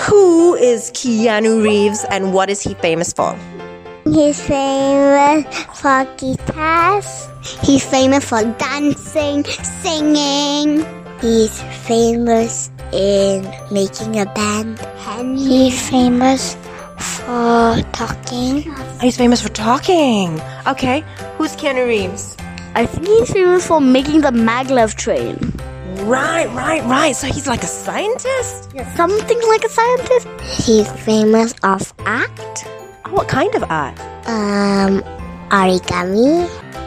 Who is Keanu Reeves and what is he famous for? He's famous for guitars. He's famous for dancing, singing. He's famous in making a band. And he's famous for talking. He's famous for talking. Okay, who's Keanu Reeves? I think he's famous for making the maglev train. Right, right, right. So he's like a scientist? Something like a scientist. He's famous of art. What kind of art? Um, origami.